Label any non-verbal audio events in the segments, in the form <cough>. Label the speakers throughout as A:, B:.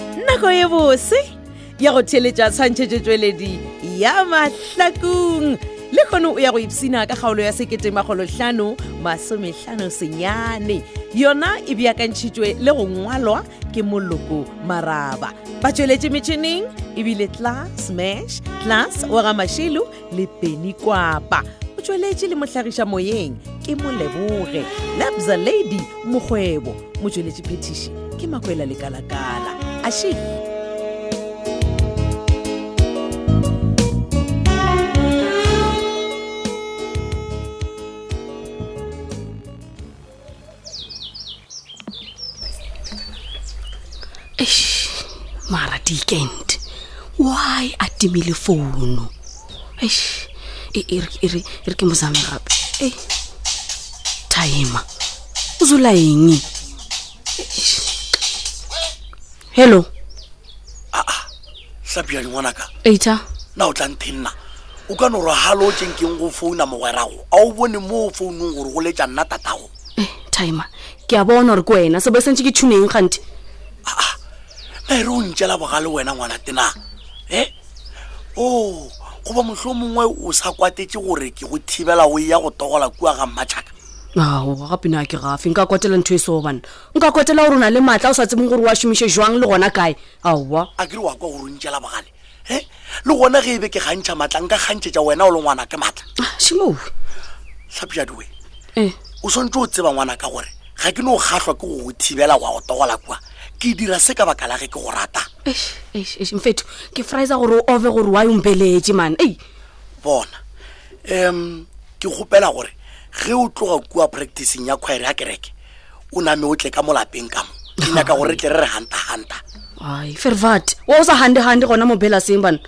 A: le bose ya go theletša tshwantšhetšo ya mahlakong le kgone o ya go ipsina ka kgaolo ya seketemagolohlano masomehlano senyane yona e beakantšhitšwe le go ngwalwa ke moloko maraba ba tsweletše metšhineng ebile tla smash tlas wa ga mašilo le beny kwapa o tsweletše le mohlagiša moyeng ke moleboge labza lady mokgwebo motsweletše phetiši ke makwela lekalakala ashik
B: eish mara weekend why a timile founu eish e e re- e re e re ke mozame gape e time o zola eng Eish. hello
C: tlapjale ngwanaka
B: eita
C: na o tla nthenna o ka no re halo tse nkeng go founa mogwerago a o bone mo founung gore go letša nna tatago
B: e time ke a bona gore ke wena sebe sentse ke tshuneng gante
C: Ah, na e re o ntšela bogale wena ngwana tena Oh, e o goba motlho mongwe o sa kwatetse gore ke go thibela go ya go togola kua ga mmatšhaka
B: ao gape ne a ke gafe nka kwatela ntho e seo bana nka kwatela gore o na le maatla o sa tsebeng gore o a šomiše jwang le gona kae aowa
C: a kere wa kwa gore o ntšela bogale e le gona ge e be ke gantšha maatla nka kgantšhetša wena o le ngwana ke maatla
B: shimoe
C: tlhapjadiwe
B: e
C: o swantse o tseba ngwana ka gore ga ke no gahlwa ke go go thibela wa go togola kua ke dira se ka baka la ge ke go rata
B: eish eish eish mfethu ke fraisa gore o ove gore wa ompeletse man ei
C: bona um ke gopela gore ge o tloga kua practicing ya kgwaere ya kereke o name o tle ka molapeng ka mo ke nyaka gore re tle re re hanta-hanta
B: ai fervat wa o sa hande-hande gona mo belaseng bana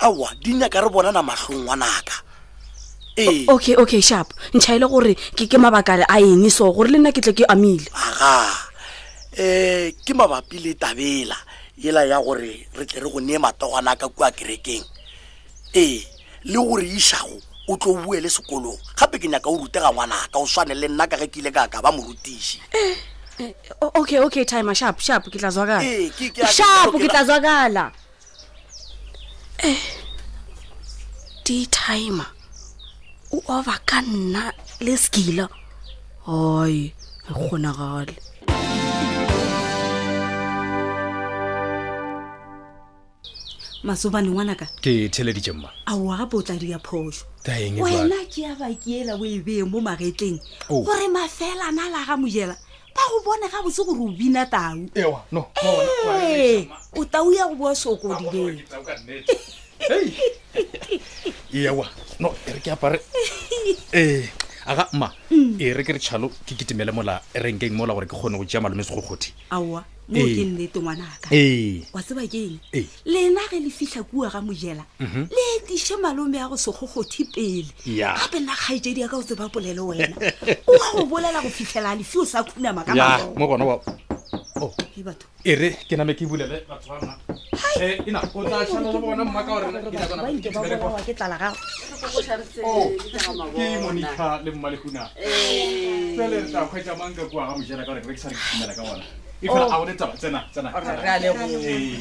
C: aowa di nyaka re bonana matlhong wa naka ee
B: okay okay sharp ntšhaele gore ke ke mabakale a eng so gore le nna ke tle ke amile
C: aga um ke mabapi le tabela ela ya gore re tle re go neye matogwana ka kua kerekeng ee le gore išago o tlo bue le sekolong gape ke nyaka o rutega ngwanaka o swane le nna ka ge ke ile ka ka ba morutiši
B: O- okay okay timer sharp sharp ke tla zwakala
C: Ee, ke- ke a-
B: sharp
C: ke-
B: ke tla zwakala Eh, di timer o ova ka nna le skila ai ga kgonagale
D: masobane ngwanaka
E: ke theleditše mma
D: aowa gape o tla dia phoso
E: Ta eng e jwale?
D: wena ke ya bakeela o e bee mo magetleng
E: Oh.
D: gore mafela na la ga mojela ba go bone ga botse gore o bina tau
E: Ewa, no,
D: ee o tau ya go boa sokodileng
E: ewa no e re ke apare ee aga mma e re ke re tšhalo ke ketemele mola renkeng mola gore ke kgone go tšea malome segogothe
D: aowa mo ke
E: Ee.
D: nnete ngwanaka
E: ee
D: wa tseba keng
E: Ee. Mhm.
D: lena ge le fitlha kua ga mojela le etiše malome ya go sekgogothi pele
E: Ya.
D: gape nna kgaetsedi ya ka o tseba polele
E: <laughs>
D: wena o a go bolela go fitlhela a lefio sa khunama ka
E: ya
D: matsogo.
E: mo gona wa o
D: Hei, batho
E: e re ke name ke bulele batho ba rona Eh, ina o tla tšhalo le bona mma ka gore ke Oh,
D: batho ba nke ba bolawa ke tlala gago
E: ke monica le mma lehuna
D: Eh.
E: fele re tla kgwetsa mang ka kua ga mojela ka gore ke be ke sa re ketumela ka bona e fela
D: Oh.
E: a o le taba tsena tsena
A: a re re
E: Ee.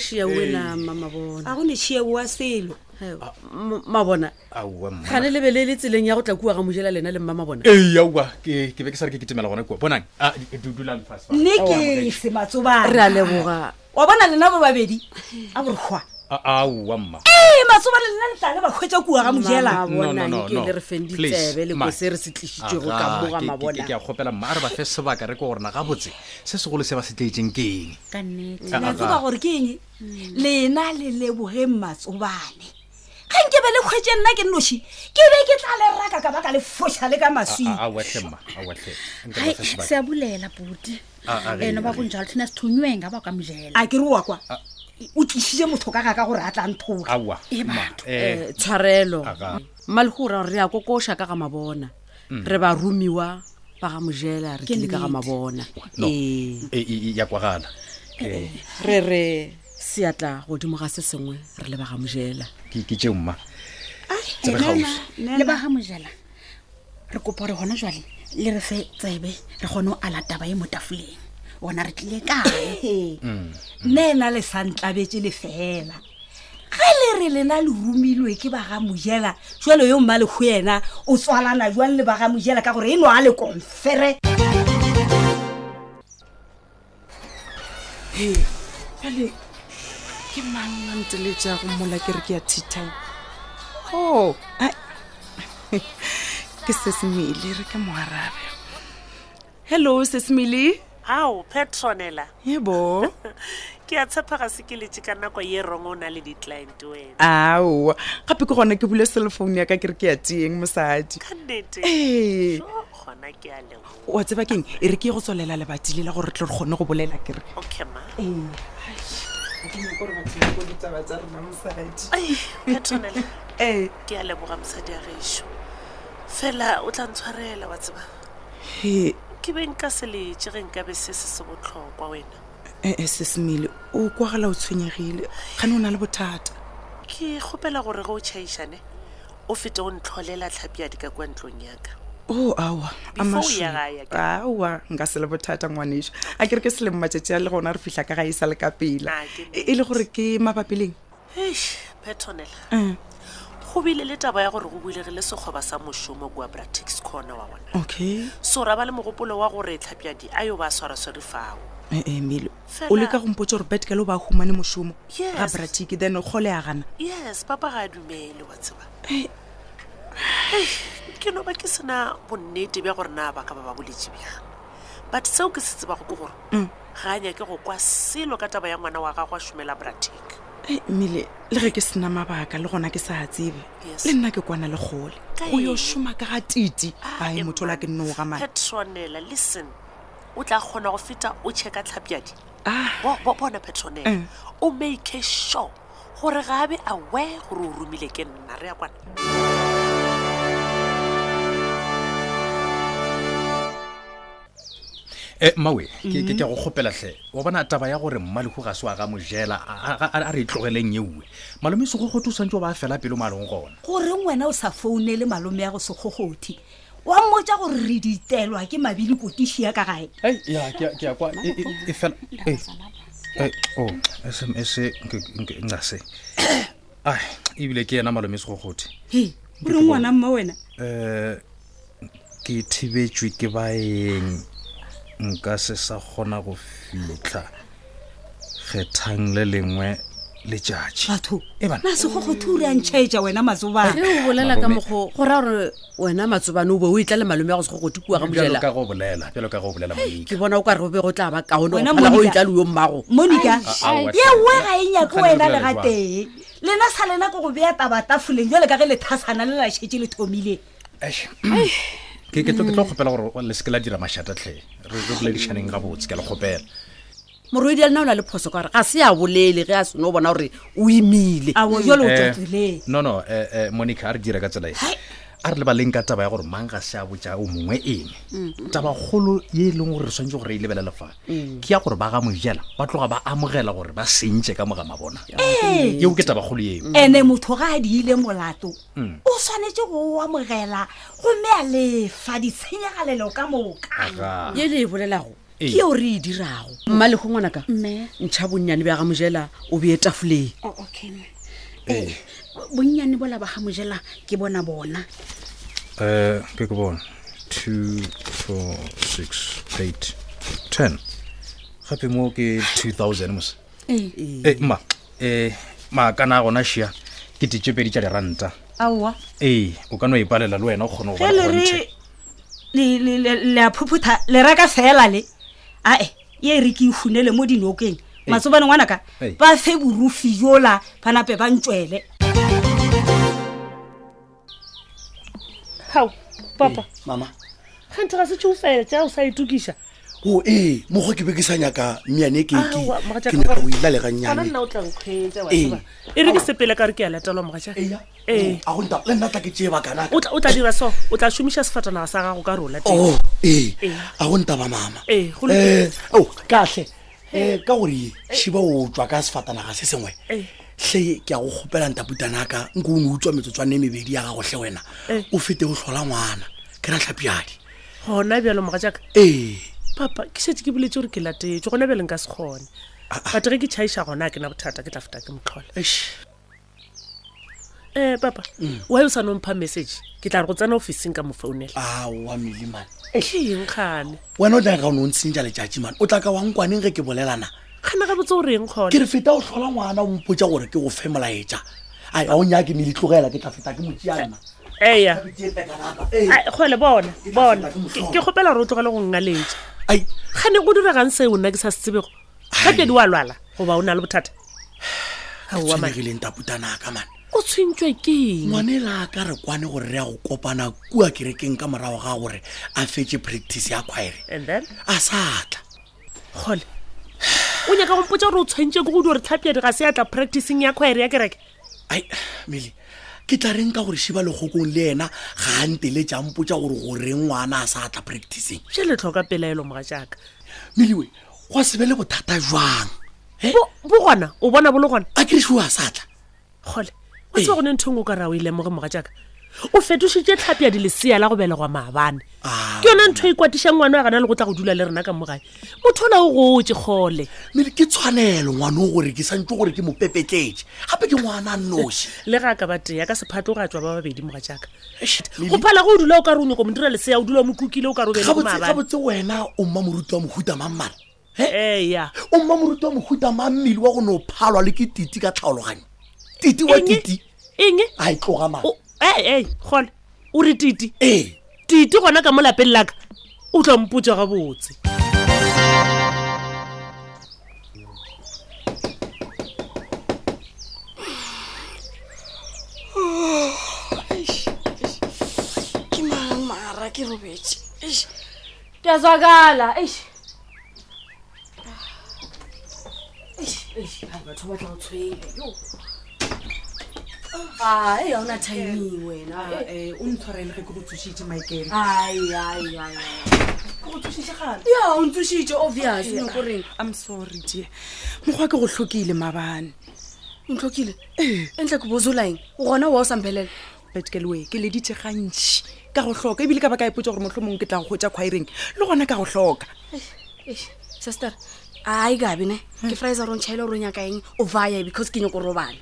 A: šia wena mamabona
D: ga go ne tšheo wa selo
A: mabona
E: aowa mma
A: gane lebe le le tseleng ya go tla kua ga mojela lena le mmamabona
E: ee aowa ke ke be ke sa re ke ketemela gona kua bonang Ah, du- du- dulang fase
D: nne ke
A: re
D: se
A: a
D: matsobane
A: leboga
D: wa bona lena bo babedi a borokgwa
E: Ah, aowa mma
D: ee matsobane lena le tla le bakgwetsa kua ga mojela
E: No, no,
A: mabonane
E: no,
A: ke
E: no.
A: Ah, le re feng
E: Please,
A: ditsebe le
E: ma.
A: kose re se tlišitšego ka
E: Aga,
A: moga
E: ke- ke- ke-
A: mabona
E: ke a kgopela mma a re ba fe sebaka re ke gore na gabotse se segolo se ba se tleetseng ke eng Ah,
D: la tseba gore ke eng lena le lebogeng matsobane ga nkebe le kgwetse nna ke noši ke be ke tla le raka ka baka le foša le ka
E: ah,
D: maswing
E: awehle mma awehle Nka ba
F: hayi
E: fe sebaka.
F: siyabulela bhuti
E: Ah, ah, re-
F: um noba kunjalo thina sithunywe ngaba kwamdlela
D: a ke roa kwa o tlisitše motho ka gaka gore a tla nthoga
E: aowa mma eh,
A: Eh, tshwarelo
E: Aga.
A: malekora re ya kokoša ka ga mabona re ba romiwa ba ga mojela re tlile ka ga mabona
E: No.
A: ee
E: e- e- e- ya kwagala Eh,
A: re re seatla godimo ga se sengwe re le ba ga mojela
E: ke ke tšeo mma Tsebe kgauswi.
F: le ba ga mojela re kopa re gona jwale le re fe tsebe re kgone go ala taba e mo tafoleng bona re tlile kae
D: ee nne ena le sa ntlabetse le fela ge le re lena le romilwe ke ba ga mojela jalo yo mma le go ena o tswalana jwang le ba ga mojela ka gore e no a le konfere
G: jale ke mang a ntse le jago mola ke re ke ya thithang o ai. ke sesemele re ke moarabe hello sesemele
H: ao petronela
G: ebo
H: <laughs> ke a tshepa ga se ke letse ka nako ye rong o na le di-client wena
G: aowa gape ke gona ke bule cellphone ya ka ke re ke ya teeng mosadi
H: ka nnete
G: ee
H: Oh, gona ke a lego
G: wa tseba keng e re ke ye go tswalela lebati le la gore tle re kgone go bolela kere
H: okay ma
G: Eh, ditaba tsa rona mosadi
H: Ai, petronela
G: ee
H: ke a leboga mosadi a gešo fela o tla ntshwarela wa tseba
G: he
H: ke beng ka se letse ge nkabe se se se botlhokwa wena
G: ee sesemele e, o kwagala o tshwenyegile gane o na le bothata
H: ke kgopela gore ge o tšhaišane o fete o ntlholela tlhapi ya di ka kwa ntlong yaka
G: o aowa a
H: Before
G: mašwi.
H: o ya gae, ke-
G: aowa nka se le bothata ngwaneso a kere ke seleng matšatši a le gona re fitlha ka ga e sa le ka pela
H: Ah, ke
G: e e le gore ke mabapeleng
H: eish petronela
G: Mm,
H: go bile le taba ya gore go bulegile sekgoba sa mošomo kua bratix corner wa bona
G: okay
H: so ra ba le mogopolo wa gore tlhapjadi a yo ba swaraswere fao
G: ee mele
H: Fela-
G: E, o leka gompotsa gore betkele o ba humane mošomo
H: Yes.
G: ga bratiki then kgole ya gana
H: yes papa ga a dumele wa tseba Eish, ke no ba ke sena bonnete bja gore na ba ka ba ba boletse bjang but seo ke se tsebago ke gore ga a nyake go kwa selo ka taba ya ngwana wa gago a šomela bratic
G: Eh, mele le ge ke sena mabaka le gona ke sa tsebe
H: Yes.
G: le nna ke kwana le kgole
H: Ka
G: o yo
H: eng?
G: šoma ka ga titi ae motho ola ke nnooga mane
H: petronela listen o tla kgona go feta o checka tlhapjadi
G: Ah.
H: Bo- bo- bona petronela o make sure gore ga a be aware gore o romile ke nna re ya kwana
E: e mmawe ke ke- ke a go kgopelatlhe wa bona taba ya gore mmalehu ga se wa ga mojela a- a- a a re e tlogeleng euwe malome segogote o swantse o ba a fela pelo malong gona
D: goreng wena o sa founele malome ya go segogothi wa mmotsa gore re ditelwa ke mabili kotisi ya ka gae
E: Ei, ya ke a- ke a kwa e- e- e fela ei, ei, o sms ncase ai ebile ke yena malome segogote
D: he ore ngwana mma wena
E: um ke thibetswe ke baeng nka se sa kgona go fitlha kgethang le lengwe letšatši
D: batho
E: Eh, bana.
D: na segogothi o re a ntšhaetša wena
B: e
D: matsobane
B: o bolela ka
E: Malome.
B: mokgo go raya gore wena matsobane o be o itla le malome ya go sego go tukua ga
E: bjalo
B: mojela
E: ka go bolela bjalo ka go bolela monika
B: ke bona o ka re o be go tla ba kaone
D: Wena,
B: go phala go
D: Monica.
B: itla le yo mmago
D: monica
E: Ai,
D: ye
E: ai,
D: we ga e nyake
E: Mokganni o
D: wena le
E: bolela
D: ga
E: jwang?
D: tee lena sa lena ko go bea tabatafoleng jale ka ge le thasana le la šhetse le thomileng
E: Eish. ke ke tlo ke tlo kgopela gore o- le seke la dira mašatatlhe re re boledišaneng gabotse ke le kgopela
B: morwedi a lena o na le phoso ka gore ga se a bolele ge a seno o bona gore o imile
D: ao jalo o
E: Eh,
D: totsileng
E: no no eh, eh, monica a re dire ka tsela e a re lebaleng ka taba ya gore mang ga se a botsa o mongwe eng tabakgolo ye e leng gore re tshwanetse gore re e lebelele fa ke ya gore ba ga mojela ba tloga ba amogela gore ba sentse ka moga mabona eo ke tabakgolo eo
D: Eh, ene motho ga a diile molato o tshwanetse go o amogela gomme a lefa ditshenyagalelo ka moka
E: Aga.
B: ye le e bolelago
E: Ee.
B: ke eo re e dirago mma le go ngwanaka
F: mme
B: ntšha bonnyane bja ga mojela o e bee tafoleng
F: o- okay mme ee bonnyane bola ba ga mojela ke bona bona
E: Eh, ke ke bone two four six eight ten gape mo ke two thousand mos
F: ee
E: e mma um maakana a gona šia ke ditsepedi tša diranta
D: aowa
E: ee o ka no ipalela le wena o kgone go
D: ge
E: bona
D: le re
E: content.
D: le- le- le le a phuputha le reka fela le ae ye re ke ihunele mo dinokeng matsobane ngwanaka
E: Ei.
D: ba fe borufi yola ba nape ba ntswele
H: gao papa
C: mama
H: kgante ga setseo fela tja o sa itukiša
C: o ee mokgwa ke be ke sa nyaka meane e ke ke
H: Aowa, mogatšaka,
C: ke nyaka
H: gona-
C: go ilale
H: gona
C: gannyane
H: nna o tla nkgwetsa wa
C: Ee.
H: tseba. e re ke sepele ka re ke a latelwa mogatšaka
C: Eya.
H: Ee.
C: a go nta le nna tla ke tsee bakanaka
H: o tla- o tla dira so o tla šomiša sefatanaga sa gago ka rola
C: o ee
H: Ee.
C: a go nta ba eh, mama
H: Ee, go lokile.
C: Eh, ao, kahle um ka gore šiba o tswa ka sefatanaga se sengwe
H: Ee.
C: tlhe ke a go kgopela ntaputanaka nko o ne utswa metsotswane mebedi ya gagotlhe wena
H: Ee.
C: o fete go tlhola ngwana ke ra tlhapiadi
H: gona bjalo moga jaaka
C: ee
H: papa ke šetse ke boletse gore ke latetswe gona bele nka se kgone but ge ke chaiša gona a ke na bothata ke tla feta ke motlhole um papa
C: Mm.
H: wy o sa nompha message ke tla re go tsena officing ka mo founela
C: aowa melimane
H: ke eng kgane
C: wena o tla ka o ne o ntsenja letšatši mane o tla ka wankwaneng ge ke bolelana
H: kgane ga botse gore eng
C: ke
H: kgone
C: re feta o tlhola ngwana o mpotsa gore ke go fe molaetša ai a o nyake me ditlogela ke tla feta ke motšeana
H: eya Ai, kgole bona bona Ke- ke kgopela gore o tlogele go nnaletsa
C: ai
H: gane go diregang seo nna ke sa se tsebego gapedi wa lwala goba o na le bothata Aowa, man.
C: tshwenyegileng taputanaka mane
H: o tshwentswe keng
C: ngwane la ka re kwane gore re ya go kopana kua kerekeng ka morago ga gore a fetse practice ya khwaere
H: and then
C: a satla
H: kgole o nyaka gompotsa gore o tshwantse ke go di gore tlhapeadi ga se ya tla practicing ya kgwaere ya kereke
C: ai mele ke tla reng ka gore shiba lekgokong le ena ga a ntele jampotsa gore goreng ngwana a sa tla practiceng
H: je le tlhoka pelaelo moga jaaka
C: melewe go a sebe le bothata jwang he
H: bo gona o bona bo le gona
C: a keresiwa a satla
H: kgole o tseba gone ntho ngwe o ka ra o ilemoge moga jaaka o fetošitše tlhapeadi lesea la go belegwa maabane
C: Ah.
H: ke yone ntho e kwatiša ngwana wa gana le go tla go dula le rena ka mogae motho ola o gotse kgole
C: mele ke tshwanelo ngwane o gore ke santse gore ke mo pepetletse gape ke ngwana a noši
H: le ga ka ba tea ka sephato o ga tswa ba babedi moga jaaka
C: Lili-
H: go phala go o dula o ka re o nyako modira lesea o dula o mokukile o ka re o bele go maabane
C: gabotse wena o mma moruti wa mohuta mammane
H: eya
C: o mma moruti wa mohuta ma mmele wa go ne o phalwa le ke titi ka tlhaologanyo titi wa
H: Eng?
C: titi
H: eng
C: a e tloga Eh. mana
H: O- ei ei gole o re titi
C: ee
H: titi gona ka mo lapeng laka o tla mpotsa gabotse
B: ke mang mara ke robetse Eish,
D: ke a tswakala eish.
B: eish, eish, hai, batho ba tla go tshwenya yo ae ga ona timing wena
G: Eh, o ntshwarele ge ke go tsošitse maikele
B: ya o ntsošitse obvious nokoreng
G: i'm sorry dear mokgwa ke go tlhokile mabane
B: o ntlhokile e ntle ke bozolaeng o gona wa o sampelela
G: betkelwe ke leditse gantši ka go tlhoka ebile ka ba ka epotsa gore motlho mongwe ke tla go gotsa kgwaereng le gona ka go tlhoka
B: sester ai gabi ne ke frisa ron chaile ore o nyaka eng o vaya because ke nyako robala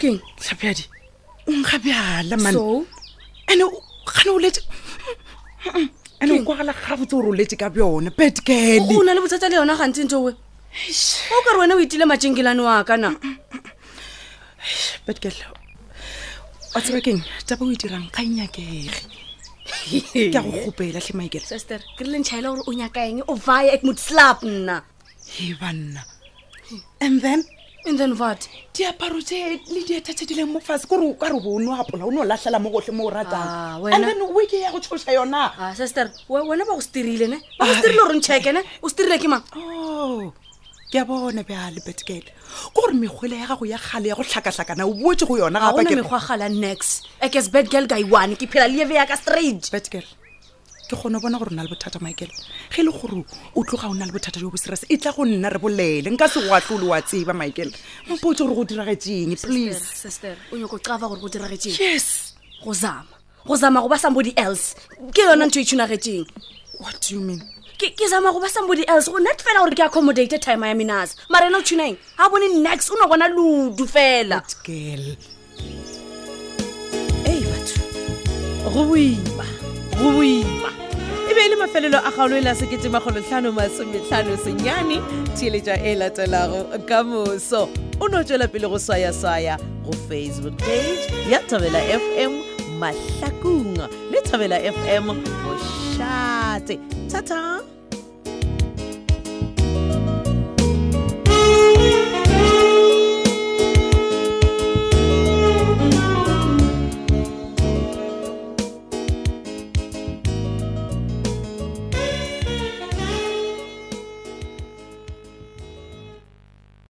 B: keng
G: tlhapeadi o nkga bjala man
B: so
G: ande gane o letse ande o kwagala gabotse gore o letse ka bjone betkele
B: o na le bothata le yona gantsi ntowe o ka re wena o itile matšenkelane wa ka na
G: betkel wa tseba keng taba o e dirang ga enyakege ke a go gopela tlhe maikele
B: sester ke rileng chaile gore o nyaka eng o vaya ekmod slap nna
G: e banna and then
B: and then what
G: diaparo tse le dieta tse di leng mo fatshe kore o ka re bo o ne o apola o ne o latlhela mo gotlhe mo o
B: Ah,
G: ratang
B: wena-
G: and then weke ya go tshosa yona
B: a sester Ah, we- wena ba go sterile ne ba go sterile gore ncheke ne o sterile ke mang
G: o Oh, ke a bona bjale betkele ke gore mekgwele ya gago ya kgale ya go tlhakatlhakana o boetse go yona
B: ga
G: gapa
B: gona
G: ke-
B: mekgwa gala nex ekes bad girl ka iwane ke phela le eve yaka straight
G: betgirl ke kgone go bona gore o na le bothata michael ge e le gore o tloga o na le bothata jo bo serase e tla go nna re bolele nka se oatlole wa tseba michael mpotse gore go diragetseng please
B: sister o nyako cava gore go diragetseng
G: yes
B: go zama go zama go ba somebody else ke yona ntho e tshunagetseng
G: what do you mean
B: ke ke zama go ba somebody else go net fela gore ke accommodate time ya minasa mara ena o tshunang ga bone nex o ne bona ludu fela
G: betgirl
A: ei batho go boima go boima e be e le mafelelo a kgaolo e la seketemagolotlhano masometlhano senyane theeletša e latelago ka moso o no tswela pele go swayaswaya go facebook page ya thabela fm mahlakong le thabela fm bošate thata